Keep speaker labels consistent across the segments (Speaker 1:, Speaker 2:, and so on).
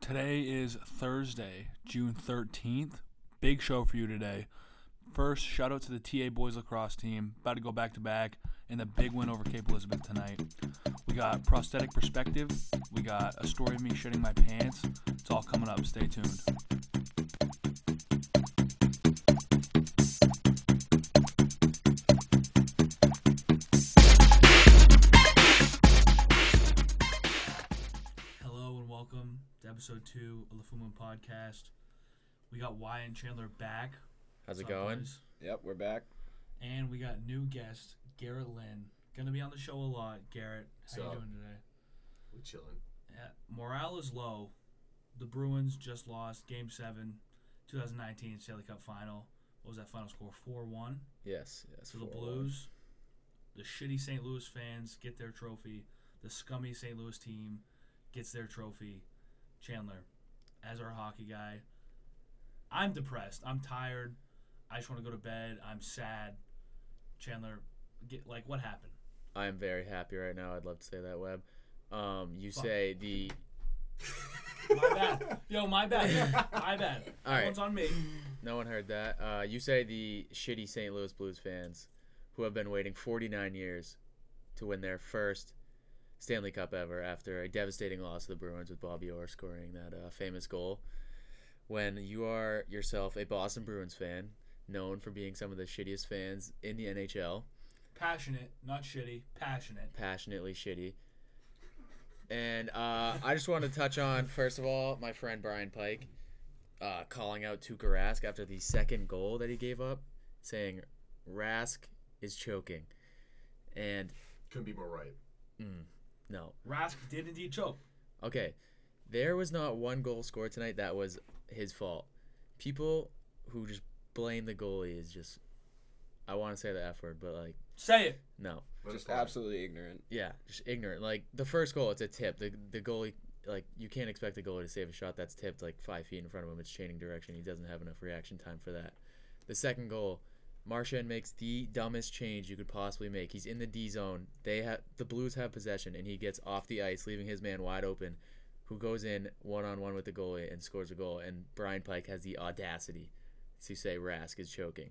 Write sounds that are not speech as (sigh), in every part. Speaker 1: Today is Thursday, June 13th. Big show for you today. First, shout out to the TA Boys Lacrosse team, about to go back to back, and the big win over Cape Elizabeth tonight. We got prosthetic perspective, we got a story of me shedding my pants. It's all coming up. Stay tuned. Hello and welcome to episode two of the Full Moon Podcast. We got Wyatt and Chandler back.
Speaker 2: How's it
Speaker 1: What's up,
Speaker 2: going?
Speaker 1: boys?
Speaker 3: Yep, we're back.
Speaker 1: And we got new guest Garrett Lynn. Gonna be on the show a lot. Garrett, how you
Speaker 4: Sup?
Speaker 1: doing today?
Speaker 4: We're chilling.
Speaker 1: Yeah, Uh, morale is low. The Bruins just lost Game Seven, 2019 Stanley Cup Final. What was that final score? Four one
Speaker 2: Yes, yes.
Speaker 1: to the
Speaker 2: 4-1.
Speaker 1: Blues. The shitty St. Louis fans get their trophy. The scummy St. Louis team gets their trophy. Chandler, as our hockey guy, I'm depressed. I'm tired. I just want to go to bed. I'm sad. Chandler, get like what happened?
Speaker 2: I am very happy right now. I'd love to say that, Webb. Um, you
Speaker 1: Fuck.
Speaker 2: say the
Speaker 1: My
Speaker 2: (laughs)
Speaker 1: bad. Yo, my bad. my bad.
Speaker 2: All right.
Speaker 1: That one's on me.
Speaker 2: no one heard that. Uh, you say the shitty St. Louis Blues fans who have been waiting 49 years to win their first Stanley Cup ever after a devastating loss to the Bruins with Bobby Orr scoring that uh, famous goal. When you are yourself a Boston Bruins fan, known for being some of the shittiest fans in the NHL,
Speaker 1: Passionate, not shitty. Passionate.
Speaker 2: passionately shitty. And uh, I just want to touch on first of all my friend Brian Pike uh, calling out Tuukka Rask after the second goal that he gave up, saying Rask is choking, and
Speaker 4: Couldn't be more right.
Speaker 2: no,
Speaker 1: Rask did indeed choke.
Speaker 2: okay, there was not one goal scored tonight that was his fault. People who just blame the goalie is just, I want to say the f word, but like
Speaker 1: Say it.
Speaker 2: no,
Speaker 4: Let
Speaker 3: Just
Speaker 4: it slide.
Speaker 3: absolutely ignorant.
Speaker 2: Yeah, just ignorant. Like the first goal, it's a tip. The the goalie like you can't expect the goalie to save a shot that's tipped like five feet in front of him. It's changing direction. He doesn't have enough reaction time for that. The second goal, Marchand makes the dumbest change you could possibly make. He's in the D zone. They have the Blues have possession, and he gets off the ice, leaving his man wide open, who goes in one on one with the goalie and scores a goal. And Brian Pike has the audacity to say Rask is choking.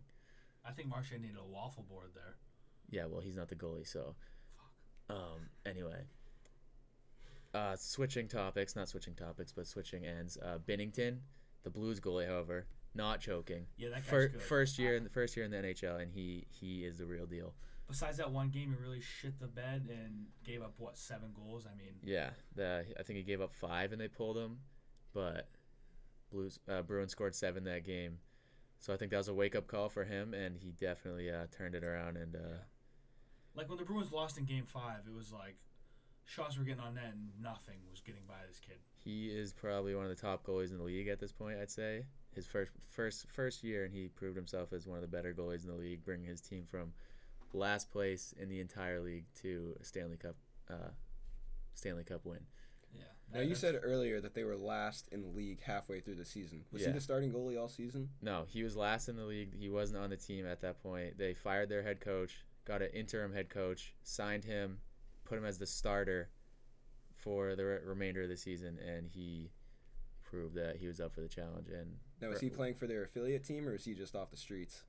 Speaker 1: I think Marchand needed a waffle board there.
Speaker 2: Yeah, well, he's not the goalie, so. Um. Anyway. Uh, switching topics, not switching topics, but switching ends. Uh, Bennington, the Blues goalie, however, not choking.
Speaker 1: Yeah, that guy's
Speaker 2: Fir-
Speaker 1: good.
Speaker 2: First year in the first year in the NHL, and he he is the real deal.
Speaker 1: Besides that one game, he really shit the bed and gave up what seven goals. I mean,
Speaker 2: Yeah, the, I think he gave up five and they pulled him, but Blues uh, Bruins scored seven that game, so I think that was a wake up call for him, and he definitely uh, turned it around and uh,
Speaker 1: like when the Bruins lost in Game Five, it was like shots were getting on net and nothing was getting by this kid.
Speaker 2: He is probably one of the top goalies in the league at this point. I'd say his first first first year, and he proved himself as one of the better goalies in the league, bringing his team from last place in the entire league to a Stanley Cup uh, Stanley Cup win.
Speaker 1: Yeah.
Speaker 3: Now you said earlier that they were last in the league halfway through the season. Was
Speaker 2: Yeah.
Speaker 3: he the starting goalie all season?
Speaker 2: No, he was last in the league. He wasn't on the team at that point. They fired their head coach, got an interim head coach, signed him, put him as the starter for the re- remainder of the season, and he proved that he was up for the challenge and
Speaker 3: Now is he playing for their affiliate team or is he just off the streets?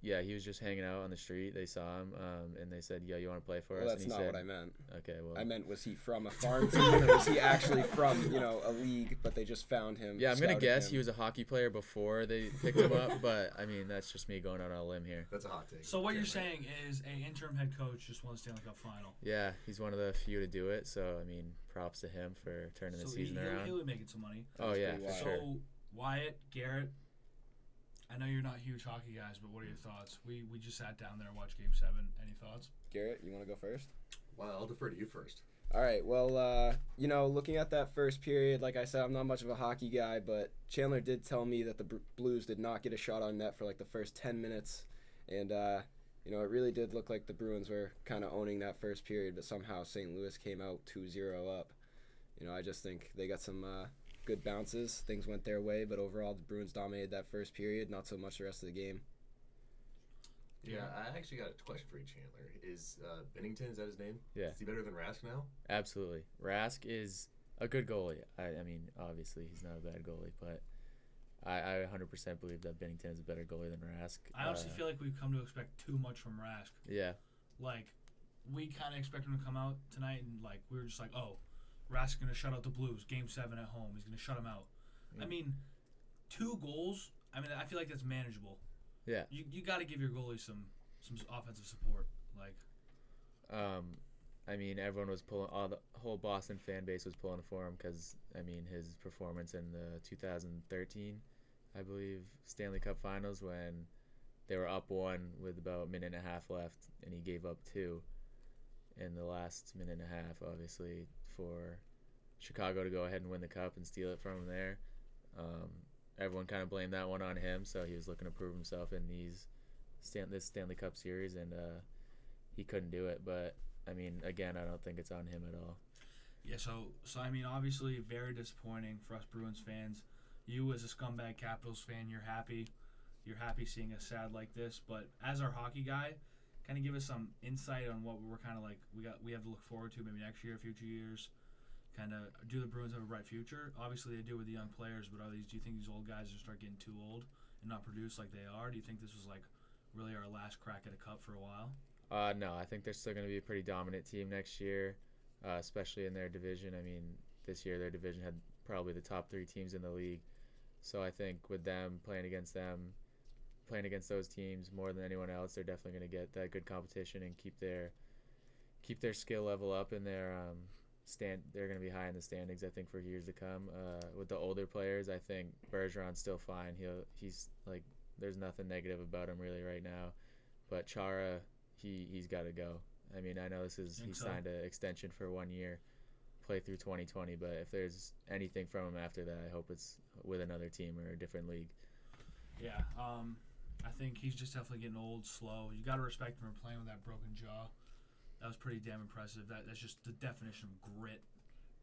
Speaker 2: Yeah, he was just hanging out on the street. They saw him, um, and they said, "Yo, you want to play for
Speaker 3: Well,
Speaker 2: us?"
Speaker 3: that's
Speaker 2: and he
Speaker 3: not
Speaker 2: said,
Speaker 3: what I meant.
Speaker 2: Okay, well,
Speaker 3: I meant was he from
Speaker 2: (laughs)
Speaker 3: a farm team or was he actually from you know a league? But they just found him.
Speaker 2: yeah, I'm gonna
Speaker 3: scouted
Speaker 2: guess
Speaker 3: him.
Speaker 2: he was a hockey player before they picked him up, (laughs) but I mean, that's just me going out on a limb here.
Speaker 4: That's a hot take.
Speaker 1: So what you're
Speaker 4: Can't wait.
Speaker 1: saying is a interim head coach just won the Stanley Cup final.
Speaker 2: Yeah, he's one of the few to do it, so I mean, props to him for turning the
Speaker 1: so he,
Speaker 2: season
Speaker 1: he'll,
Speaker 2: around.
Speaker 1: he'll be making some money.
Speaker 2: oh
Speaker 3: That's
Speaker 2: yeah,
Speaker 3: pretty
Speaker 2: for
Speaker 3: wild.
Speaker 2: sure.
Speaker 1: So Wyatt, Garrett, I know you're not huge hockey guys, but what are your thoughts? We we just sat down there and watched Game Seven. Any thoughts?
Speaker 3: Garrett, you want to go first?
Speaker 4: Well, I'll defer to you first.
Speaker 3: All right. Well, uh, you know, looking at that first period, like I said, I'm not much of a hockey guy, but Chandler did tell me that the Bru- Blues did not get a shot on net for like the first 10 minutes. And, uh, you know, it really did look like the Bruins were kind of owning that first period, but somehow St. Louis came out 2 0 up. You know, I just think they got some uh, good bounces. Things went their way, but overall, the Bruins dominated that first period, not so much the rest of the game.
Speaker 4: Yeah, I actually got a question for you, Chandler. Is uh, Bennington, is that his name?
Speaker 2: Yeah.
Speaker 4: Is he better than Rask now?
Speaker 2: Absolutely, Rask is a good goalie. I, I mean, obviously he's not a bad goalie, but I, I 100% believe that Bennington is a better goalie than Rask.
Speaker 1: I honestly
Speaker 2: Uh,
Speaker 1: feel like we've come to expect too much from Rask.
Speaker 2: yeah,
Speaker 1: Like, we kind of expect him to come out tonight, and like we were just like, oh, Rask gonna shut out the Blues, Game Seven at home. He's gonna shut them out. I
Speaker 2: Mm.
Speaker 1: mean, two goals. I mean, I feel like that's manageable.
Speaker 2: Yeah.
Speaker 1: You you got to give your goalie some some s- offensive support. Like,
Speaker 2: Um, I mean, everyone was pulling. All the whole Boston fan base was pulling for him because I mean his performance in the 2013, I believe, Stanley Cup Finals when they were up one with about a minute and a half left, and he gave up two in the last minute and a half, obviously, for Chicago to go ahead and win the cup and steal it from him there. Um, everyone kind of blamed that one on him, so he was looking to prove himself in these Stan- this Stanley Cup series, and uh, he couldn't do it. But I mean, again, I don't think it's on him at all.
Speaker 1: yeah. So so I mean, obviously, very disappointing for us Bruins fans. You as a scumbag Capitals fan, you're happy. You're happy seeing us sad like this, but as our hockey guy, kind of give us some insight on what we're kind of like. We got we have to look forward to maybe next year, future years. Kind of do the Bruins have a bright future? Obviously, they do with the young players, but are these? Do you think these old guys just start getting too old and not produce like they are? Do you think this was like really our last crack at a cup for a while?
Speaker 2: Uh, no, I think they're still going to be a pretty dominant team next year, uh, especially in their division. I mean, this year their division had probably the top three teams in the league. So I think with them playing against them, playing against those teams more than anyone else, they're definitely going to get that good competition and keep their keep their skill level up and their um, stand. They're going to be high in the standings, I think, for years to come. Uh, with the older players, I think Bergeron's still fine. He'll he's like there's nothing negative about him really right now, but Chara he he's got to go. I mean, I know this is he
Speaker 1: Think so?
Speaker 2: signed an extension for one year, play through 2020. But if there's anything from him after that, I hope it's with another team or a different league.
Speaker 1: Yeah, um, I think he's just definitely getting old, slow. You got to respect him for playing with that broken jaw. That was pretty damn impressive. That that's just the definition of grit,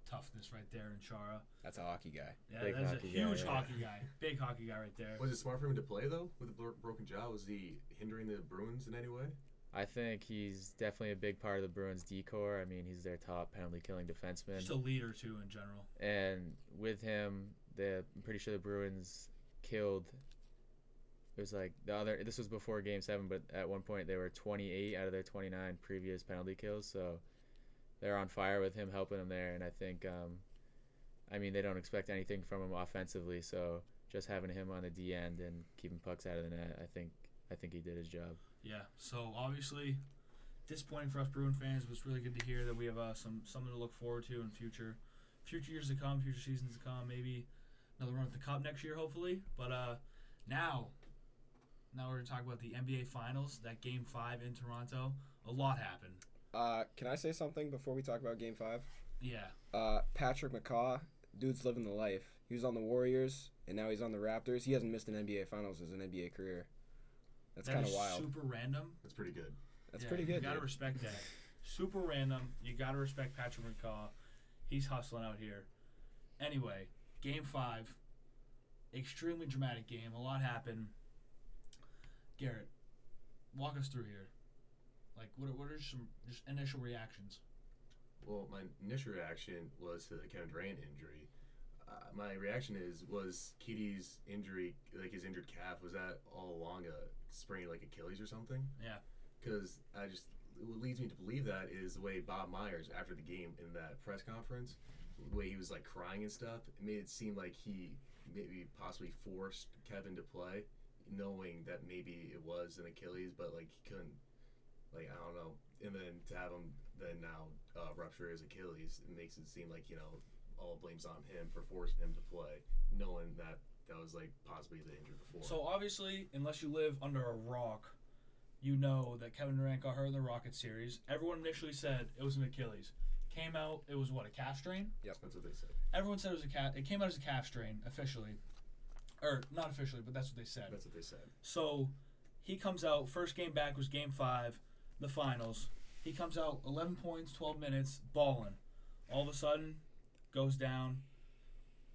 Speaker 1: toughness right there in Chara.
Speaker 3: That's a hockey guy.
Speaker 1: Yeah,
Speaker 2: Big
Speaker 1: that's a
Speaker 2: hockey guy,
Speaker 1: huge
Speaker 2: yeah.
Speaker 1: hockey guy, big hockey guy right there.
Speaker 4: Was it smart for him to play though with a bro- broken jaw? Was he hindering the Bruins in any way?
Speaker 2: I think he's definitely a big part of the Bruins' decor. I mean, he's their top penalty killing defenseman.
Speaker 1: Just a leader too in general.
Speaker 2: and with him, the I'm pretty sure the Bruins killed. It was like the other. This was before Game Seven, but at one point they were 28 out of their 29 previous penalty kills. So they're on fire with him helping them there, and I think, um, I mean, they don't expect anything from him offensively. So just having him on the D end and keeping pucks out of the net, I think, I think he did his job.
Speaker 1: Yeah. So obviously, disappointing for us Bruin fans. But it's really good to hear that we have uh, some something to look forward to in future, future years to come, future seasons to come. Maybe another run at the cup next year, hopefully. But uh, now, now we're gonna talk about the NBA Finals. That Game Five in Toronto. A lot happened.
Speaker 3: Uh, can I say something before we talk about Game Five?
Speaker 1: Yeah.
Speaker 3: Uh, Patrick McCaw, dude's living the life. He was on the Warriors, and now he's on the Raptors. He hasn't missed an NBA Finals as an NBA career. That's
Speaker 1: That
Speaker 3: kind of
Speaker 1: is
Speaker 3: wild.
Speaker 1: Super random.
Speaker 4: That's pretty good.
Speaker 3: That's
Speaker 1: Yeah,
Speaker 3: pretty
Speaker 1: You
Speaker 3: good.
Speaker 1: gotta
Speaker 3: dude.
Speaker 1: respect that. Super random. You gotta respect Patrick McCaw. He's hustling out here. Anyway, game five. Extremely dramatic game. A lot happened. Garrett, walk us through here. Like, what are, what are some just initial reactions?
Speaker 4: Well, my initial reaction was to the Kevin Durant injury. Uh, my reaction is was Kitty's injury, like his injured calf, was that all along a sprained like Achilles or something?
Speaker 1: Yeah.
Speaker 4: Because I just what leads me to believe that is the way Bob Myers after the game in that press conference, the way he was like crying and stuff, it made it seem like he maybe possibly forced Kevin to play, knowing that maybe it was an Achilles, but like he couldn't like I don't know. And then to have him then now uh, rupture his Achilles, it makes it seem like you know all blames on him for forcing him to play, knowing that that was like possibly the injury before.
Speaker 1: So obviously, unless you live under a rock, you know that Kevin Durant got hurt in the Rocket series. Everyone initially said it was an Achilles. Came out, it was what a calf strain.
Speaker 4: that's what they said.
Speaker 1: Everyone said it was a calf. It came out as a calf strain officially, or not officially, but that's what they said.
Speaker 4: That's what they said.
Speaker 1: So he comes out. First game back was game five, the finals. He comes out 11 points, 12 minutes, balling. All of a sudden, goes down.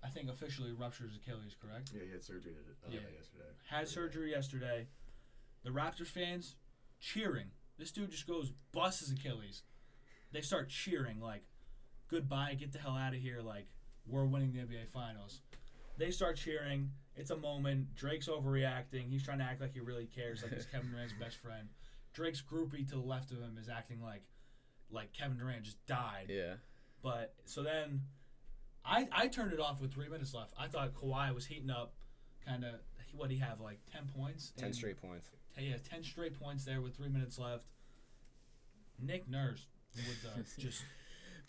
Speaker 1: I think officially ruptures Achilles. Correct.
Speaker 4: Yeah, he had surgery to, uh,
Speaker 1: Yeah.
Speaker 4: yesterday.
Speaker 1: Had surgery yesterday. The Raptors fans cheering. This dude just goes busts his Achilles. They start cheering like, goodbye, get the hell out of here, like we're winning the NBA Finals. They start cheering. It's a moment. Drake's overreacting. He's trying to act like he really cares, like he's Kevin Durant's best friend. Drake's groupie to the left of him is acting like, like Kevin Durant just died.
Speaker 2: Yeah.
Speaker 1: But so then, I I turned it off with three minutes left. I thought Kawhi was heating up, kind of. What would he have like ten points?
Speaker 3: Ten
Speaker 1: in-
Speaker 3: straight points.
Speaker 1: Hey, yeah, ten straight points there with three minutes left. Nick Nurse with the just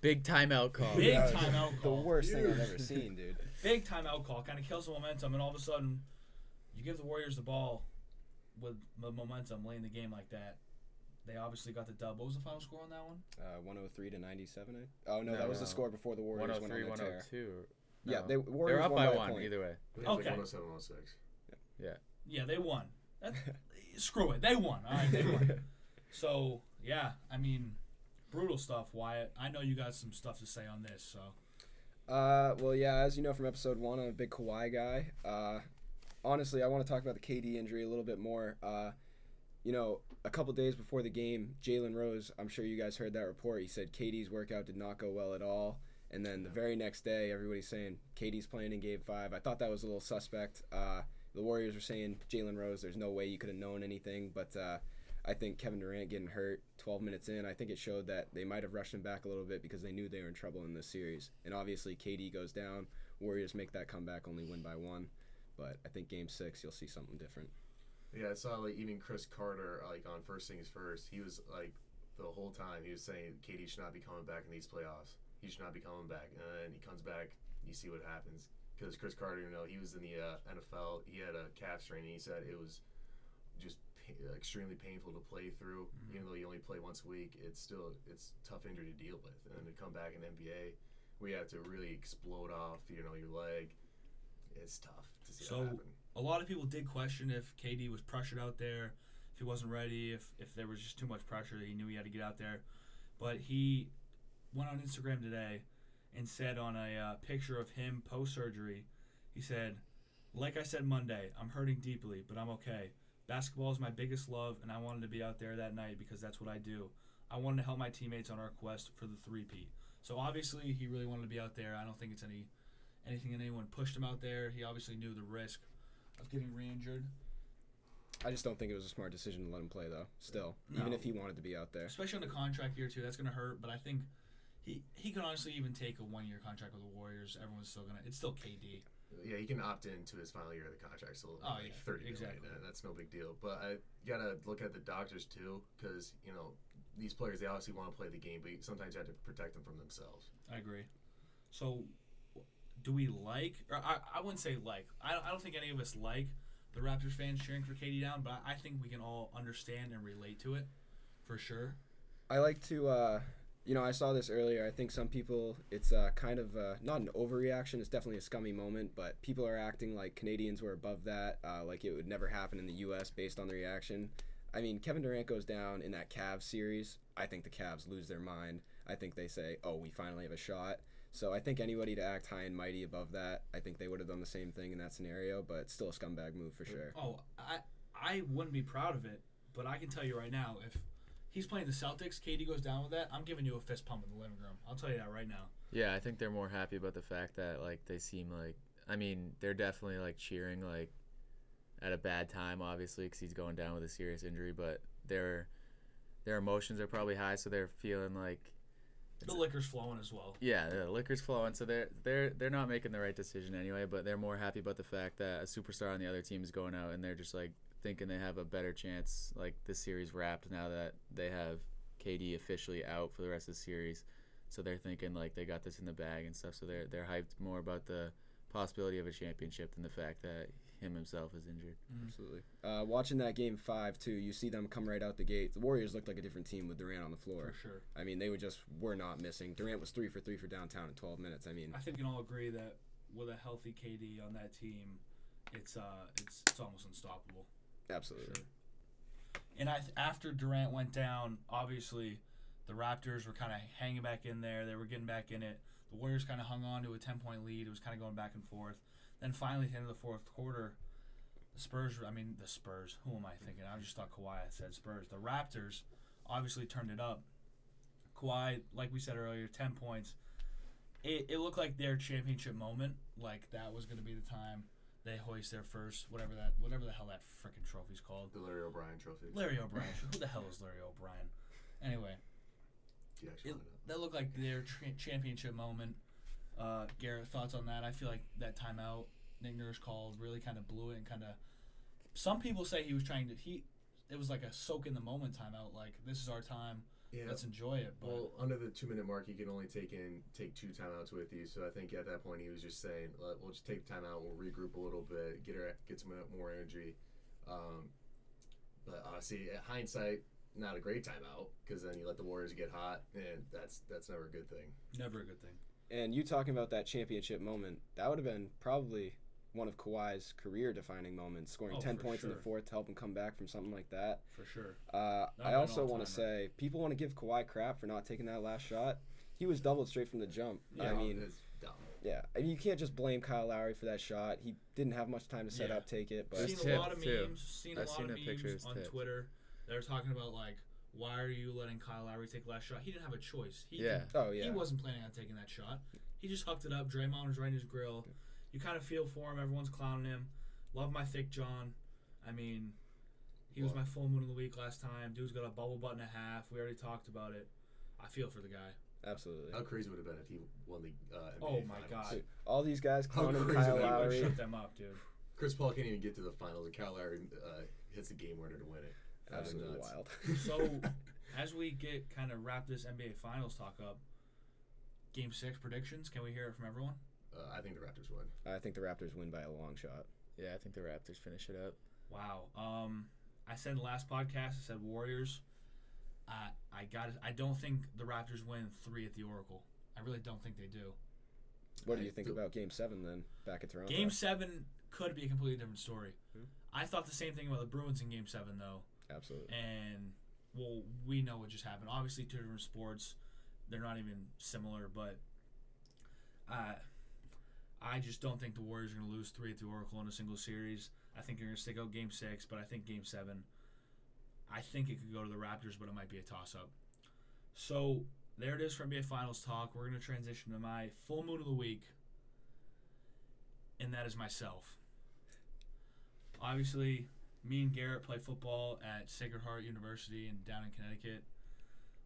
Speaker 2: Big timeout
Speaker 1: (laughs)
Speaker 2: call.
Speaker 1: Big
Speaker 3: That was
Speaker 1: timeout
Speaker 3: Oh, The
Speaker 1: call.
Speaker 3: worst thing I've
Speaker 4: Huge.
Speaker 3: ever seen, dude.
Speaker 1: big timeout call kind of kills the momentum, and all of a sudden, you give the Warriors the ball with the momentum, late in the game like that. They obviously got the dub. What was the final score on that one?
Speaker 3: Uh, 103 to 97. I- Oh no,
Speaker 2: No,
Speaker 3: that was
Speaker 2: no.
Speaker 3: the score before the Warriors went on
Speaker 2: 103,
Speaker 3: the
Speaker 1: oh
Speaker 3: tear.
Speaker 2: 102.
Speaker 3: Yeah,
Speaker 2: No.
Speaker 3: they
Speaker 2: They're
Speaker 3: Warriors
Speaker 2: up
Speaker 3: won
Speaker 2: by
Speaker 3: a
Speaker 2: one
Speaker 3: point.
Speaker 2: either way.
Speaker 4: It was
Speaker 1: Okay.
Speaker 4: Like 107, 106.
Speaker 1: Yeah, they won.
Speaker 3: (laughs)
Speaker 1: That, screw it, they won. All right, they won. So yeah, I mean, brutal stuff. Wyatt, I know you got some stuff to say on this. So
Speaker 3: Uh, well, yeah, as you know from episode one, I'm a big Kawhi guy. Uh, honestly, I want to talk about the KD injury a little bit more. Uh, you know, a couple days before the game, Jalen Rose, I'm sure you guys heard that report. He said KD's workout did not go well at all. And then the very next day, everybody's saying KD's playing in game five. I thought that was a little suspect. Uh, the Warriors were saying Jalen Rose, there's no way you could have known anything. But uh, I think Kevin Durant getting hurt 12 minutes in, I think it showed that they might have rushed him back a little bit because they knew they were in trouble in this series. And obviously, KD goes down. Warriors make that comeback, only win by one. But I think game six, you'll see something different.
Speaker 4: Yeah, I saw like even Chris Carter like on first things first. He was like the whole time he was saying KD should not be coming back in these playoffs. He should not be coming back, and then he comes back. You see what happens because Chris Carter, you know, he was in the uh, NFL. He had a calf strain, and he said it was just pa- extremely painful to play through. Even though you only play once a week, it's still it's a tough injury to deal with. And to come back in the NBA, we have to really explode off. You know, your leg. It's tough to see
Speaker 1: So-
Speaker 4: that happen.
Speaker 1: a lot of people did question if KD was pressured out there, if he wasn't ready, if if there was just too much pressure, he knew he had to get out there. But he went on Instagram today and said on a uh, picture of him post surgery, he said, "Like I said Monday, I'm hurting deeply, but I'm okay. Basketball is my biggest love, and I wanted to be out there that night because that's what I do. I wanted to help my teammates on our quest for the three-peat. So obviously, he really wanted to be out there. I don't think it's any anything that anyone pushed him out there. He obviously knew the risk of getting re-injured,
Speaker 3: I just don't think it was a smart decision to let him play, though, still, even
Speaker 1: No.
Speaker 3: if he wanted to be out there.
Speaker 1: especially on the contract year too. That's gonna hurt. But I think he he could honestly even take a one year contract with the Warriors. Everyone's still gonna. It's still KD.
Speaker 4: Yeah, he can opt into his final year of the contract, so
Speaker 1: Oh,
Speaker 4: like
Speaker 1: yeah,
Speaker 4: thirty million,
Speaker 1: exactly.
Speaker 4: and that's no big deal. But I you gotta look at the doctors too, because you know these players they obviously want to play the game, but you- sometimes you have to protect them from themselves.
Speaker 1: I agree. So do we like? Or I I wouldn't say like. I don't- I don't think any of us like the Raptors fans cheering for KD down. But I I think we can all understand and relate to it for sure.
Speaker 3: I like to, uh, you know, I saw this earlier. I think some people, it's uh, kind of uh, not an overreaction. It's definitely a scummy moment, but people are acting like Canadians were above that, uh, like it would never happen in the U.S. based on the reaction. I mean, Kevin Durant goes down in that Cavs series. I think the Cavs lose their mind. I think they say, "Oh, we finally have a shot." So I think anybody to act high and mighty above that, I think they would have done the same thing in that scenario. But it's still a scumbag move for sure.
Speaker 1: Oh, I I wouldn't be proud of it, but I can tell you right now if. He's playing the Celtics. KD goes down with that. I'm giving you a fist pump in the living room. I'll tell you that right now.
Speaker 2: Yeah, I think they're more happy about the fact that like they seem like I mean they're definitely like cheering like at a bad time obviously because he's going down with a serious injury, but their their emotions are probably high, so they're feeling like
Speaker 1: The liquor's flowing as well.
Speaker 2: yeah the liquor's flowing, so they're they're they're not making the right decision anyway, but they're more happy about the fact that a superstar on the other team is going out and they're just like thinking they have a better chance like this series wrapped now that they have KD officially out for the rest of the series. So they're thinking like they got this in the bag and stuff. So they're they're hyped more about the possibility of a championship than the fact that him himself is injured.
Speaker 3: Absolutely. Uh, watching that game five too, you see them come right out the gate. The Warriors looked like a different team with Durant on the
Speaker 1: For
Speaker 3: floor.
Speaker 1: sure.
Speaker 3: I mean, they were just were not missing. Durant was three for three for downtown in 12 minutes. I mean,
Speaker 1: I think we can all agree that with a healthy KD on that team, it's uh, it's it's almost unstoppable.
Speaker 3: absolutely.
Speaker 1: And I th- after Durant went down, obviously, the Raptors were kind of hanging back in there. They were getting back in it. The Warriors kind of hung on to a ten point lead. It was kind of going back and forth. Then finally, at the end of the fourth quarter, the Spurs. I mean, the Spurs. Who am I thinking? I just thought Kawhi had said Spurs. The Raptors obviously turned it up. Kawhi, like we said earlier, ten points. it, it looked like their championship moment. Like that was going to be the time they hoist their first whatever that whatever the hell that freaking trophy's called.
Speaker 4: The Larry O'Brien Trophy.
Speaker 1: Larry O'Brien. Who the hell is Larry O'Brien? Anyway,
Speaker 4: Yeah, actually,
Speaker 1: it,
Speaker 4: why not?
Speaker 1: that looked like their tra- championship moment. Uh, Garrett, thoughts on that? I feel like that timeout Nick Nurse called really kind of blew it and kind of. Some people say he was trying to he. It was like a soak in the moment timeout. Like this is our time.
Speaker 4: Yeah.
Speaker 1: Let's enjoy it. But
Speaker 4: well, under the two minute mark, you can only take in take two timeouts with you. So I think at that point he was just saying, "Let- "We'll just take the timeout. We'll regroup a little bit, get her, get some more energy." Um, but obviously, at hindsight, not a great timeout because then you let the Warriors get hot, and that's that's never a good thing.
Speaker 1: never a good thing.
Speaker 3: And you talking about that championship moment, that would have been probably one of Kawhi's career defining moments, scoring
Speaker 1: Oh,
Speaker 3: 10
Speaker 1: for
Speaker 3: points in
Speaker 1: sure.
Speaker 3: the fourth to help him come back from something like that.
Speaker 1: For sure.
Speaker 3: Uh,
Speaker 1: That'd
Speaker 3: I
Speaker 1: been
Speaker 3: also
Speaker 1: all
Speaker 3: want
Speaker 1: timer.
Speaker 3: to say people want to give Kawhi crap for not taking that last shot. He was doubled straight from the jump. I
Speaker 1: Yeah.
Speaker 3: mean,
Speaker 4: Um, it's dumb.
Speaker 3: yeah, I mean, you can't just blame Kyle Lowry for that shot. He didn't have much time to set
Speaker 1: Yeah.
Speaker 3: up, take it, but
Speaker 2: Just-
Speaker 1: seen a
Speaker 2: tipped,
Speaker 1: lot of memes.
Speaker 2: too.
Speaker 1: Seen a
Speaker 2: I've
Speaker 1: lot
Speaker 2: seen
Speaker 1: of
Speaker 2: that picture,
Speaker 1: memes
Speaker 2: it's
Speaker 1: on
Speaker 2: tipped.
Speaker 1: Twitter that are talking about like, why are you letting Kyle Lowry take last shot? He didn't have a choice. He
Speaker 2: Yeah.
Speaker 1: didn't-
Speaker 3: oh yeah,
Speaker 1: He wasn't planning on taking that shot. He just hucked it up. Draymond was right in his grill. You kind of feel for him. Everyone's clowning him. Love my thick John. I mean, he was
Speaker 4: Well-
Speaker 1: my full moon of the week last time. Dude's got a bubble butt and a half. We already talked about it. I feel for the guy.
Speaker 3: absolutely.
Speaker 4: How crazy would it have been if he won the uh, NBA
Speaker 1: Oh my
Speaker 4: finals?
Speaker 1: God.
Speaker 3: Dude, all these guys clowning
Speaker 4: crazy
Speaker 3: Kyle
Speaker 4: would that
Speaker 1: He would
Speaker 3: Lowry.
Speaker 1: shut them up, dude.
Speaker 4: Chris Paul can't even get to the finals, and Kyle Lowry uh, hits a game winner to win it. That'd be
Speaker 3: Absolutely
Speaker 4: nuts.
Speaker 3: wild.
Speaker 1: So, as we get kind of wrap this NBA Finals talk up, Game Six predictions. Can we hear it from everyone?
Speaker 4: (laughs) uh, I think the Raptors won.
Speaker 3: I think the Raptors win by a long shot.
Speaker 2: Yeah, I think the Raptors finish it up.
Speaker 1: Wow. Um, I said last podcast. I said Warriors. I I got. I don't think the Raptors win three at the Oracle. I really don't think they do.
Speaker 3: What do
Speaker 4: I
Speaker 3: you think
Speaker 4: do-
Speaker 3: about Game Seven then? Back at Toronto.
Speaker 1: Game Seven could be a completely different story.
Speaker 3: Hmm.
Speaker 1: I thought the same thing about the Bruins in Game Seven though,
Speaker 3: Absolutely.
Speaker 1: and well, we know what just happened. Obviously, two different sports. They're not even similar, but I I just don't think the Warriors are going to lose three at the Oracle in a single series. I think they're going to stick out Game Six, but I think Game Seven. I think it could go to the Raptors, but it might be a toss up. So there it is for NBA Finals talk. We're going to transition to my full moon of the week, and that is myself. Obviously, me and Garrett play football at Sacred Heart University in down in Connecticut.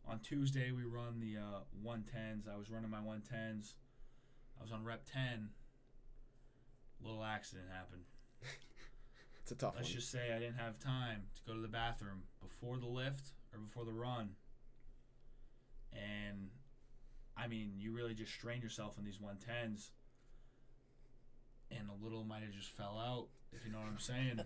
Speaker 1: On Tuesday, we run the uh, 110s. I was running my 110s. I was on rep 10. Little accident happened.
Speaker 3: It's a tough one.
Speaker 1: Let's just say I didn't have time to go to the bathroom before the lift or before the run. And I mean, you really just strain yourself in these 110s. And a little might have just fell out, if you know what I'm
Speaker 3: (laughs)
Speaker 1: saying.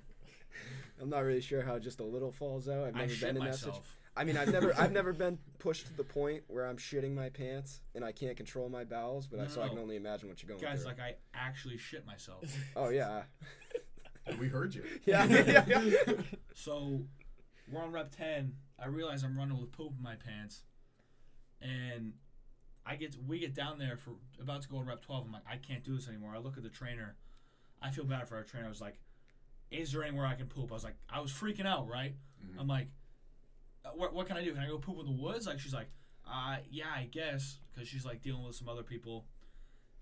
Speaker 3: I'm not really sure how just a little falls out. I've
Speaker 1: I
Speaker 3: never
Speaker 1: shit
Speaker 3: been in that situation.
Speaker 1: myself.
Speaker 3: I mean, I've never, I've never been pushed to the point where I'm shitting my pants and I can't control my bowels, but I,
Speaker 1: No,
Speaker 3: so I
Speaker 1: no,
Speaker 3: can
Speaker 1: no.
Speaker 3: only imagine what you're going
Speaker 1: Guys,
Speaker 3: through.
Speaker 1: like I actually shit myself. (laughs)
Speaker 3: oh yeah,
Speaker 4: And we heard you.
Speaker 3: yeah, (laughs) yeah, yeah.
Speaker 1: So we're on rep 10. I realize I'm running with poop in my pants. And I get we get down there for about to go on rep 12. I'm like, I can't do this anymore. I look at the trainer. I feel bad for our trainer. I was like, is there anywhere I can poop? I was like, I was freaking out, right? I'm like, uh, what, what can I do? Can I go poop in the woods? Like, she's like, uh, yeah, I guess. Because she's like dealing with some other people.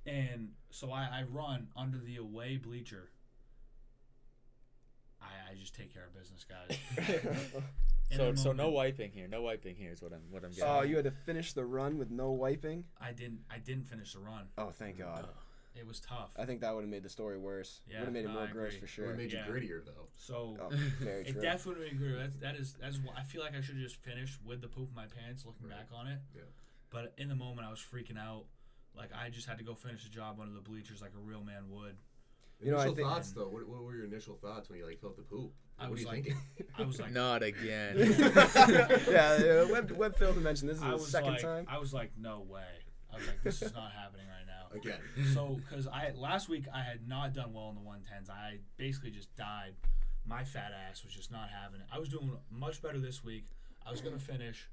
Speaker 1: And so I, I run under the away bleacher. I, I just take care of business, guys.
Speaker 3: (laughs)
Speaker 1: In
Speaker 2: So
Speaker 1: the
Speaker 2: so no
Speaker 1: moment,
Speaker 2: wiping here. No wiping here is what I'm what I'm getting.
Speaker 3: oh,
Speaker 2: at.
Speaker 3: you had to finish the run with no wiping.
Speaker 1: I didn't. I didn't finish the run.
Speaker 3: Oh, thank God.
Speaker 1: It was tough.
Speaker 3: I think that would have made the story worse.
Speaker 1: Mm, Yeah,
Speaker 3: would have made it
Speaker 1: no,
Speaker 3: more
Speaker 1: I
Speaker 3: gross
Speaker 1: agree.
Speaker 4: It
Speaker 3: for
Speaker 4: would
Speaker 3: sure.
Speaker 4: have made you
Speaker 1: Yeah.
Speaker 4: grittier though.
Speaker 1: So
Speaker 3: Oh, very
Speaker 1: (laughs) it
Speaker 3: true. (laughs)
Speaker 1: definitely agree. That's that is that's why I feel like I should have just finished with the poop in my pants. Looking
Speaker 4: Right.
Speaker 1: back on it,
Speaker 4: Yeah.
Speaker 1: but in the moment I was freaking out. Like I just had to go finish the job under the bleachers like a real man would.
Speaker 3: You know, I
Speaker 4: initial
Speaker 3: think-
Speaker 4: thoughts though. What, what were your initial thoughts when you like felt the poop?
Speaker 1: I
Speaker 4: what
Speaker 1: was
Speaker 4: are you
Speaker 1: like-
Speaker 4: thinking?
Speaker 3: (laughs)
Speaker 1: I was like,
Speaker 2: Not (laughs) again.
Speaker 3: yeah, yeah, web web failed to mention this is
Speaker 1: I
Speaker 3: the
Speaker 1: was
Speaker 3: second
Speaker 1: like,
Speaker 3: time.
Speaker 1: I was like, no way. I was like, this is not happening right
Speaker 3: (laughs)
Speaker 1: now.
Speaker 4: Again.
Speaker 1: So, because I last week I had not done well in the one tens. I basically just died. My fat ass was just not having it. I was doing much better this week. I was gonna finish,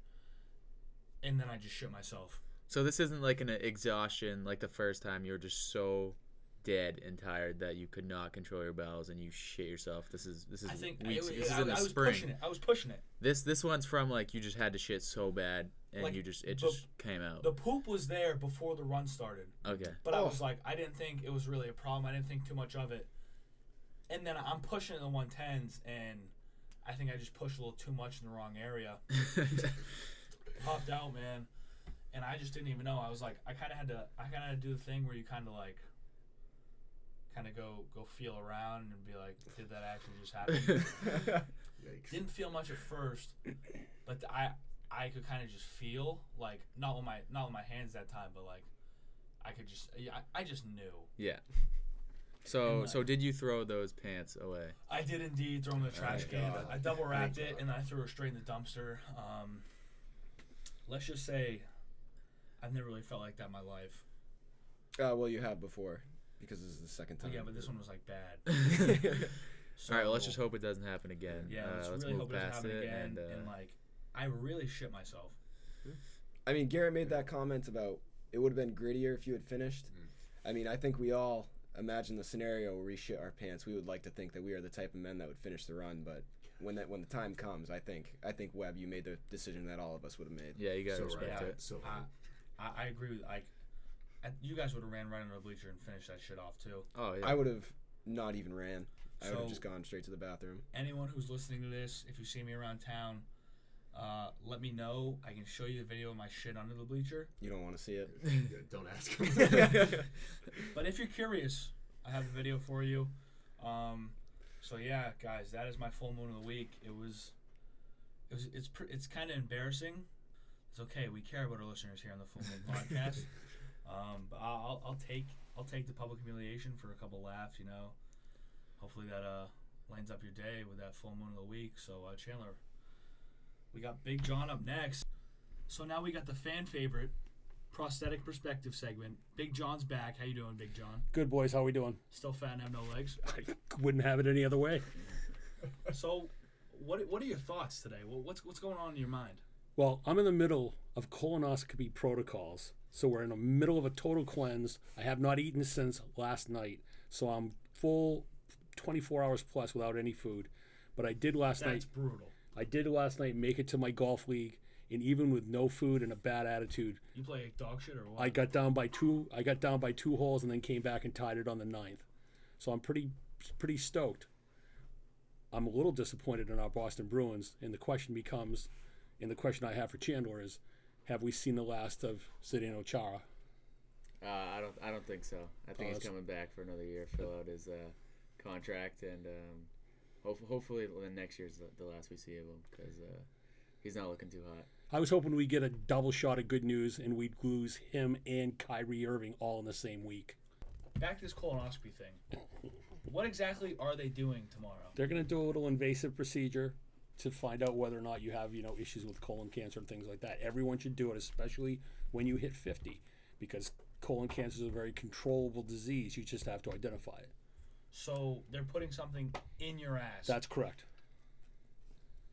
Speaker 1: and then I just shit myself.
Speaker 2: So this isn't like an exhaustion like the first time you were just so dead and tired that you could not control your bowels and you shit yourself. This is this is
Speaker 1: I think
Speaker 2: weeks.
Speaker 1: it,
Speaker 2: this
Speaker 1: I,
Speaker 2: is in the
Speaker 1: I was
Speaker 2: spring.
Speaker 1: pushing it. I was pushing it.
Speaker 2: This this one's from like you just had to shit so bad and
Speaker 1: Like,
Speaker 2: you just it
Speaker 1: the-
Speaker 2: just came out.
Speaker 1: The poop was there before the run started, (laughs)
Speaker 2: okay. (laughs)
Speaker 1: but I
Speaker 3: Oh.
Speaker 1: was like, I didn't think it was really a problem. I didn't think too much of it. And then I'm pushing the 110s, and I think I just pushed a little too much in the wrong area. popped out, man. And I just didn't even know. I was like, I kind of had to, I kind of had to do the thing where you kind of like, kind of go, go feel around and be like, did that actually just
Speaker 2: (laughs)
Speaker 1: happen?
Speaker 4: Yikes.
Speaker 1: Didn't feel much at first, but th- I, I could kind of just feel like not with my, not with my hands that time, but like, I could just, yeah, I, I just knew.
Speaker 2: yeah. So
Speaker 1: And, uh,
Speaker 2: so did you throw those pants
Speaker 1: (laughs)
Speaker 2: away?
Speaker 1: I did indeed throw them in the trash
Speaker 4: Thank
Speaker 1: can.
Speaker 4: God.
Speaker 1: I double wrapped
Speaker 4: Thank
Speaker 1: it
Speaker 4: God.
Speaker 1: and I threw her straight in the dumpster. Um, let's just say, I've never really felt like that in my life.
Speaker 3: Uh, well, you have before because this is the second
Speaker 1: But
Speaker 3: time.
Speaker 1: yeah, but this one was like bad.
Speaker 2: (laughs)
Speaker 1: So,
Speaker 2: All right, well, let's just hope it doesn't happen again.
Speaker 1: Yeah,
Speaker 2: uh,
Speaker 1: let's,
Speaker 2: let's
Speaker 1: really
Speaker 2: move
Speaker 1: hope it doesn't
Speaker 2: past
Speaker 1: happen
Speaker 2: it
Speaker 1: again.
Speaker 2: and,
Speaker 1: And,
Speaker 2: uh,
Speaker 1: like, I really shit myself.
Speaker 3: I mean, Garrett made that comment about it would have been grittier if you had finished.
Speaker 1: Mm.
Speaker 3: I mean, I think we all imagine the scenario where we shit our pants. We would like to think that we are the type of men that would finish the run, but when that when the time comes, I think I think Webb, you made the decision that all of us would have made.
Speaker 2: yeah, you gotta
Speaker 4: so
Speaker 2: respect
Speaker 4: right.
Speaker 2: it.
Speaker 4: So
Speaker 1: I, I, I agree with like, I, you guys would have ran right under the bleacher and finished that shit off too.
Speaker 2: Oh yeah.
Speaker 3: I would have not even ran. I would
Speaker 1: So-
Speaker 3: have just gone straight to the bathroom.
Speaker 1: Anyone who's listening to this, if you see me around town, uh, let me know. I can show you the video of my shit under the bleacher.
Speaker 3: You don't want to see it.
Speaker 4: don't ask
Speaker 1: (laughs)
Speaker 4: him.
Speaker 2: (laughs)
Speaker 1: But if you're curious, I have a video for you. Um, so yeah, guys, that is my full moon of the week. It was, it was, it's pr- it's kind of embarrassing. It's okay. We care about our listeners here on the Full
Speaker 4: (laughs)
Speaker 1: Moon Podcast. Um, but I'll, I'll- I'll take I'll take the public humiliation for a couple laughs. You know, hopefully that uh lines up your day with that full moon of the week. So uh, Chandler, we got Big John up next. So now we got the fan favorite prosthetic perspective segment. Big John's back. How you doing, Big John?
Speaker 5: Good boys, how we doing?
Speaker 1: Still fat and have no (laughs) legs.
Speaker 5: I wouldn't have it any other way.
Speaker 1: So, what what are your thoughts today? Well, what's what's going on in your mind?
Speaker 5: Well, I'm in the middle of colonoscopy protocols, so we're in the middle of a total cleanse. I have not eaten since last night, so I'm full 24 hours plus without any food. But I did last night.
Speaker 1: That's brutal.
Speaker 5: I did last night make it to my golf league, and even with no food and a bad attitude,
Speaker 1: You play dog shit or what?
Speaker 5: I got down by two. I got down by two holes and then came back and tied it on the ninth. So I'm pretty pretty stoked. I'm a little disappointed in our Boston Bruins, and the question becomes, and the question I have for Chandler is, have we seen the last of Zdeno Chara?
Speaker 2: Uh, I don't. I don't think so. I think he's
Speaker 5: Pause.
Speaker 2: coming back for another year, fill out his uh, contract, and um, hope, hopefully the next year's the, the last we see of him because uh, he's not looking too hot.
Speaker 5: I was hoping we get a double shot of good news and we'd lose him and Kyrie Irving all in the same week.
Speaker 1: back to this colonoscopy thing. what exactly are they doing tomorrow?
Speaker 5: They're going to do a little invasive procedure to find out whether or not you have, you know, issues with colon cancer and things like that. Everyone should do it, especially when you hit 50, because colon cancer is a very controllable disease. You just have to identify it.
Speaker 1: So they're putting something in your ass.
Speaker 5: That's correct.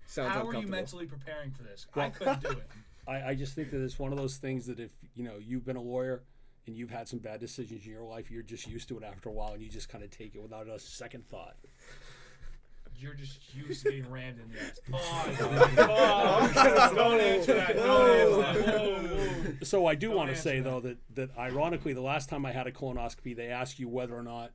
Speaker 3: Sounds
Speaker 1: How are you
Speaker 3: uncomfortable.
Speaker 1: mentally preparing for this? I couldn't do (laughs) it.
Speaker 5: I, I just think that it's one of those things that if, you know, you've been a lawyer and you've had some bad decisions in your life, you're just used to it after a while and you just kind of take it without a second thought.
Speaker 1: You're just used to getting rammed in the (laughs) ass. Oh, Pause. Pause. Don't answer that. Don't answer that. (laughs) Whoa, whoa.
Speaker 5: So I do want to
Speaker 1: answer
Speaker 5: say
Speaker 1: that.
Speaker 5: though that that ironically, the last time I had a colonoscopy, they asked you whether or not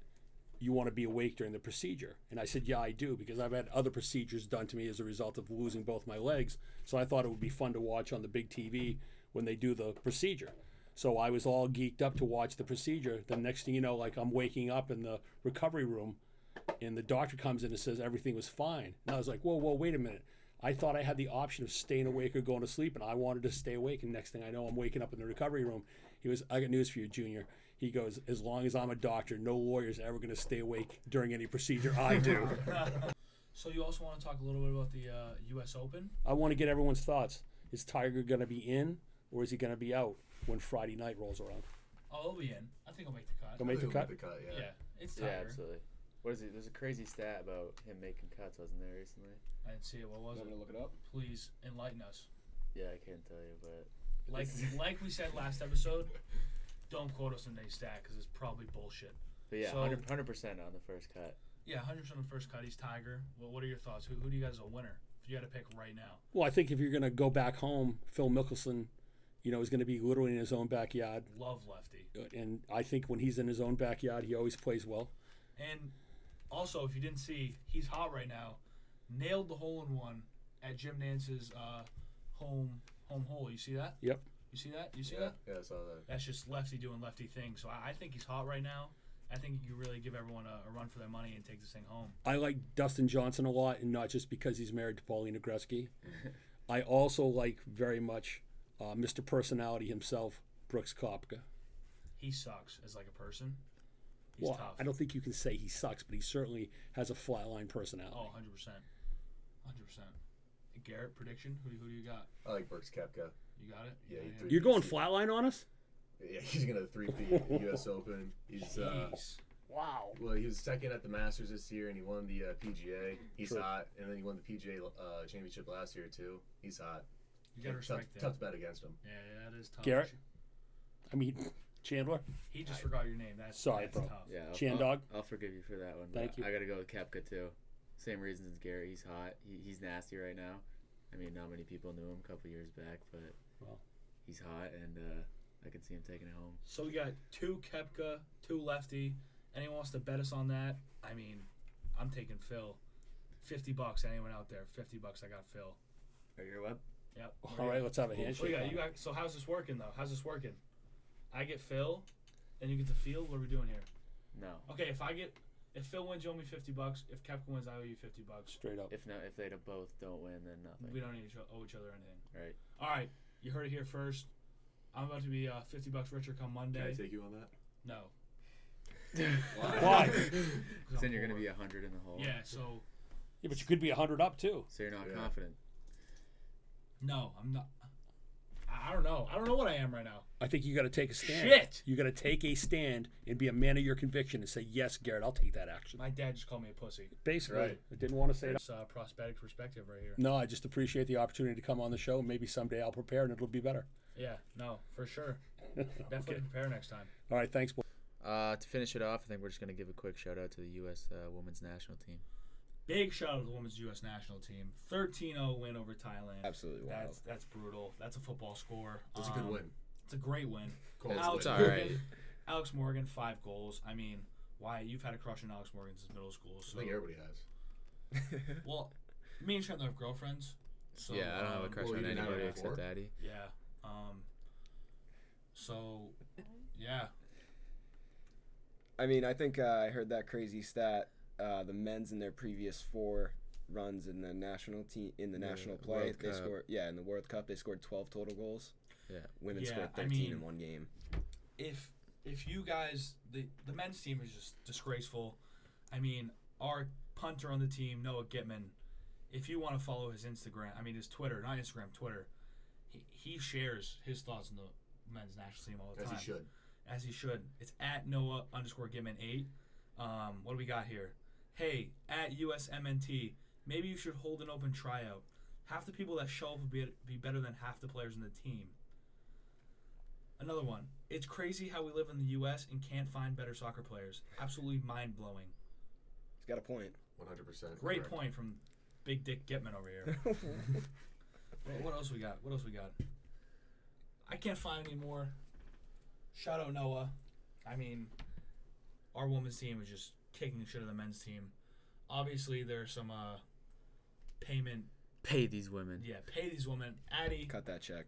Speaker 5: you want to be awake during the procedure, and I said, "Yeah, I do," because I've had other procedures done to me as a result of losing both my legs. So I thought it would be fun to watch on the big TV when they do the procedure. So I was all geeked up to watch the procedure. The next thing you know, like I'm waking up in the recovery room, and the doctor comes in and says everything was fine. And I was like, whoa, whoa, wait a minute. I thought I had the option of staying awake or going to sleep, and I wanted to stay awake. And next thing I know, I'm waking up in the recovery room. He was, I got news for you, Junior. He goes, as long as I'm a doctor, no lawyer's ever going to stay awake during any procedure I do.
Speaker 1: (laughs) So you also want to talk a little bit about the uh, U.S. Open?
Speaker 5: I want to get everyone's thoughts. Is Tiger going to be in, or is he going to be out when Friday night rolls around?
Speaker 1: Oh, it'll be in. I think I'll make the cut.
Speaker 5: Gonna make the
Speaker 4: Who
Speaker 5: cut.
Speaker 4: made cut, yeah.
Speaker 1: Yeah, it's Tiger.
Speaker 2: absolutely. What is it? There's a crazy stat about him making cuts, wasn't there recently?
Speaker 1: I didn't see it. What was
Speaker 3: You want me
Speaker 1: it?
Speaker 3: to look it up?
Speaker 1: Please enlighten us. (laughs)
Speaker 2: Yeah, I can't tell you, but
Speaker 1: Like like we said last episode, don't quote us on day stat because it's probably bullshit.
Speaker 2: but yeah,
Speaker 1: So-
Speaker 2: 100 percent on the first cut.
Speaker 1: Yeah, 100% on the first cut. He's Tiger. Well, what are your thoughts? Who, who do you guys as a winner? If you got to pick right now.
Speaker 5: Well, I think if you're going to go back home, Phil Mickelson You know, he's going to be literally in his own backyard.
Speaker 1: Love lefty.
Speaker 5: And I think when he's in his own backyard, he always plays well.
Speaker 1: And also, if you didn't see, he's hot right now. Nailed the hole in one at Jim Nance's uh, home home hole. You see that?
Speaker 5: Yep.
Speaker 1: You see that? You see
Speaker 4: Yeah,
Speaker 1: that?
Speaker 4: yeah, I saw that.
Speaker 1: That's just lefty doing lefty things. So I, I think he's hot right now. I think you really give everyone a, a run for their money and take this thing home.
Speaker 5: I like Dustin Johnson a lot, and not just because he's married to
Speaker 1: (laughs)
Speaker 5: Paulina Gretzky. I also like very much uh, Mr. Personality himself, Brooks Kopka.
Speaker 1: He sucks as like a person. He's
Speaker 5: Well,
Speaker 1: tough.
Speaker 5: I don't think you can say he sucks, but he certainly has a flatline personality.
Speaker 1: Oh, 100 percent, hundred percent. Garrett prediction. Who, do- who do you got?
Speaker 4: I like Burks Kepka.
Speaker 1: You got it.
Speaker 4: Yeah, he
Speaker 1: you
Speaker 4: threw-
Speaker 5: You're going flatline on us?
Speaker 4: Yeah, he's gonna three P U.S.
Speaker 3: (laughs)
Speaker 4: Open. He's
Speaker 1: got
Speaker 4: uh,
Speaker 1: it. Jeez.
Speaker 5: Wow.
Speaker 4: well, he was second at the Masters this year, and he won the uh, PGA. He's
Speaker 5: True.
Speaker 4: hot, and then he won the PGA uh, championship last year too. He's hot.
Speaker 1: You gotta
Speaker 4: tough,
Speaker 1: respect that.
Speaker 4: tough to bet against him.
Speaker 1: Yeah, that is tough.
Speaker 5: Garrett? I mean, (laughs) Chandler?
Speaker 1: He just forgot your name. That's
Speaker 5: Sorry,
Speaker 1: that's
Speaker 5: bro.
Speaker 1: Tough.
Speaker 2: Yeah, I'll,
Speaker 5: Chan
Speaker 2: I'll-
Speaker 5: dog?
Speaker 2: I'll, forgive you for that one.
Speaker 5: Thank
Speaker 2: Thank
Speaker 5: you.
Speaker 2: you. I gotta go with Kepka too. Same reasons as Gary. He's hot. He, he's nasty right now. I mean, not many people knew him a couple years back, but
Speaker 5: Well.
Speaker 2: he's hot, and uh, I can see him taking it home.
Speaker 1: So we got two Kepka, two lefty. Anyone wants to bet us on that? I mean, I'm taking Phil. Fifty bucks. Anyone out there? Fifty bucks. I got Phil.
Speaker 2: Are you up?
Speaker 1: Yep.
Speaker 5: All right, let's have a
Speaker 1: Oh, What do
Speaker 5: handshake.
Speaker 1: you got?
Speaker 5: on
Speaker 1: You
Speaker 5: it.
Speaker 1: got. So how's this working though? How's this working? I get Phil, then you get the field. What are we doing here?
Speaker 2: No.
Speaker 1: Okay, if I get, if Phil wins, you owe me fifty bucks. If Kepka wins, I owe you fifty bucks.
Speaker 5: Straight up.
Speaker 2: If no, if they both don't win, then nothing.
Speaker 1: We don't need to owe each other anything.
Speaker 2: Right.
Speaker 1: All right. You heard it here first. I'm about to be uh, fifty bucks richer come
Speaker 4: Can I
Speaker 1: Monday.
Speaker 4: take you on that?
Speaker 1: No.
Speaker 2: (laughs)
Speaker 5: Why?
Speaker 1: 'cause I'm
Speaker 2: then you're gonna
Speaker 1: poor.
Speaker 2: be a hundred in the hole.
Speaker 1: Yeah. So
Speaker 5: Yeah, but you could be 100 up, too.
Speaker 2: So you're not
Speaker 4: Yeah.
Speaker 2: confident.
Speaker 1: no, I'm not. I I don't know. I don't know what I am right now.
Speaker 5: I think you got to take a stand.
Speaker 1: Shit.
Speaker 5: You got to take a stand and be a man of your conviction and say, yes, Garrett, I'll take that action.
Speaker 1: My dad just called me a pussy.
Speaker 5: Basically,
Speaker 4: Right.
Speaker 5: I didn't want to say it.
Speaker 1: It's uh, prosthetic perspective right here.
Speaker 5: No, I just appreciate the opportunity to come on the show. Maybe someday I'll prepare and it'll be better.
Speaker 1: Yeah. No, for
Speaker 2: (laughs)
Speaker 1: sure. Definitely prepare next time.
Speaker 5: All right, thanks. boy.
Speaker 2: Uh, to finish it off, I think we're just gonna give a quick shout out to the U.S. Uh, women's national team.
Speaker 1: Big shout out to the women's U.S. national team. 13-0 win over Thailand.
Speaker 3: Absolutely wild.
Speaker 1: That's that's brutal. That's a football score.
Speaker 4: That's a good
Speaker 1: Um,
Speaker 4: win.
Speaker 1: It's a great win.
Speaker 4: Cool.
Speaker 1: Alex
Speaker 2: all
Speaker 1: Morgan,
Speaker 2: right.
Speaker 1: Alex Morgan, five goals. I mean, why you've had a crush on Alex Morgan since middle school?
Speaker 4: I
Speaker 1: So
Speaker 4: think everybody has.
Speaker 1: (laughs) well, me and Chandler have girlfriends. So
Speaker 2: yeah, I don't have a
Speaker 1: um,
Speaker 2: crush
Speaker 4: well,
Speaker 2: on
Speaker 4: you didn't have
Speaker 2: anybody
Speaker 4: it
Speaker 2: except
Speaker 4: before?
Speaker 2: Daddy.
Speaker 1: Yeah. Um. So, yeah,
Speaker 3: (laughs) I mean, I think uh, I heard that crazy stat. Uh, the men's in their previous four runs in the national team in the
Speaker 2: The
Speaker 3: national play,
Speaker 2: World
Speaker 3: they
Speaker 2: Cup.
Speaker 3: scored yeah in the World Cup they scored twelve total goals.
Speaker 2: Yeah.
Speaker 3: women
Speaker 1: Yeah,
Speaker 3: scored
Speaker 1: I
Speaker 3: thirteen
Speaker 1: mean-
Speaker 3: in one game.
Speaker 1: if if you guys the the men's team is just disgraceful. I mean, our punter on the team, Noah Gitman. If you want to follow his Instagram, I mean his Twitter, not Instagram, Twitter. He, he shares his thoughts on the men's national team all the
Speaker 4: As
Speaker 1: time.
Speaker 4: he should.
Speaker 1: as he should. It's at Noah underscore Gitman eight. Um, what do we got here? Hey, at USMNT, maybe you should hold an open tryout. Half the people that show up will be, be better than half the players in the team. Another one. It's crazy how we live in the U.S. and can't find better soccer players. Absolutely mind blowing.
Speaker 3: He's got a point.
Speaker 1: (laughs)
Speaker 4: One hundred percent.
Speaker 1: Great point from Big Dick Gitman over here. What- what else we got? What else we got? I can't find any more. Shout out Noah. I mean, our women's team is just kicking the shit out of the men's team. Obviously, there's some uh, payment.
Speaker 2: Pay these women.
Speaker 1: Yeah, pay these women. Addie,
Speaker 3: Cut that check.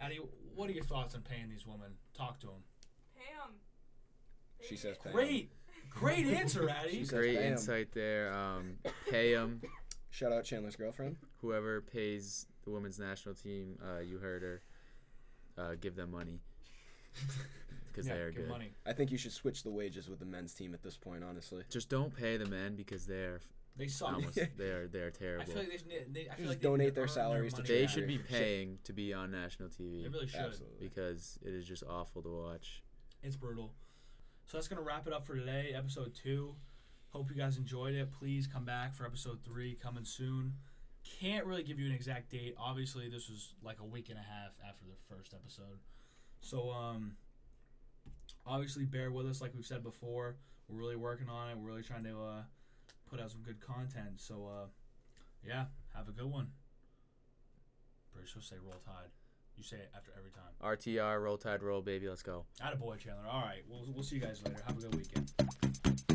Speaker 1: Addie, what are your thoughts on paying these women? Talk to them.
Speaker 6: Pam.
Speaker 3: She says pay 'em.
Speaker 1: Great,
Speaker 3: (laughs)
Speaker 1: great answer, Addie.
Speaker 3: She's- Says
Speaker 2: Great
Speaker 3: pay 'em.
Speaker 2: insight there. Um, pay 'em.
Speaker 3: Shout out Chandler's girlfriend.
Speaker 2: Whoever pays the women's national team, uh, you heard her. Uh, give them money because
Speaker 1: Yeah,
Speaker 2: they are
Speaker 1: give
Speaker 2: good.
Speaker 1: money.
Speaker 3: I think you should switch the wages with the men's team at this point. Honestly,
Speaker 2: Just don't pay the men because
Speaker 1: (laughs)
Speaker 2: they are f-
Speaker 1: They suck.
Speaker 2: almost they are they are
Speaker 1: I
Speaker 2: terrible.
Speaker 1: feel like they, should- they, I feel
Speaker 3: Just
Speaker 1: like they
Speaker 3: donate
Speaker 1: need to
Speaker 3: their
Speaker 1: earn
Speaker 3: salaries to
Speaker 1: money
Speaker 2: they
Speaker 1: back.
Speaker 2: should be
Speaker 3: Shit.
Speaker 2: paying to be on national TV
Speaker 1: They really should.
Speaker 3: absolutely.
Speaker 2: because it is just awful to watch.
Speaker 1: It's brutal. So that's gonna wrap it up for today, episode two. Hope you guys enjoyed it. Please come back for episode three coming soon. Can't really give you an exact date. Obviously, this was like a week and a half after the first episode. So um obviously bear with us like we've said before. We're really working on it. We're really trying to uh put out some good content. So uh yeah, have a good one. Pretty sure say roll tide.
Speaker 5: You say it after every time.
Speaker 2: RTR, roll tide, roll, baby. Let's go.
Speaker 5: Atta boy, Chandler. All right. We'll, we'll see you guys later. Have a good weekend.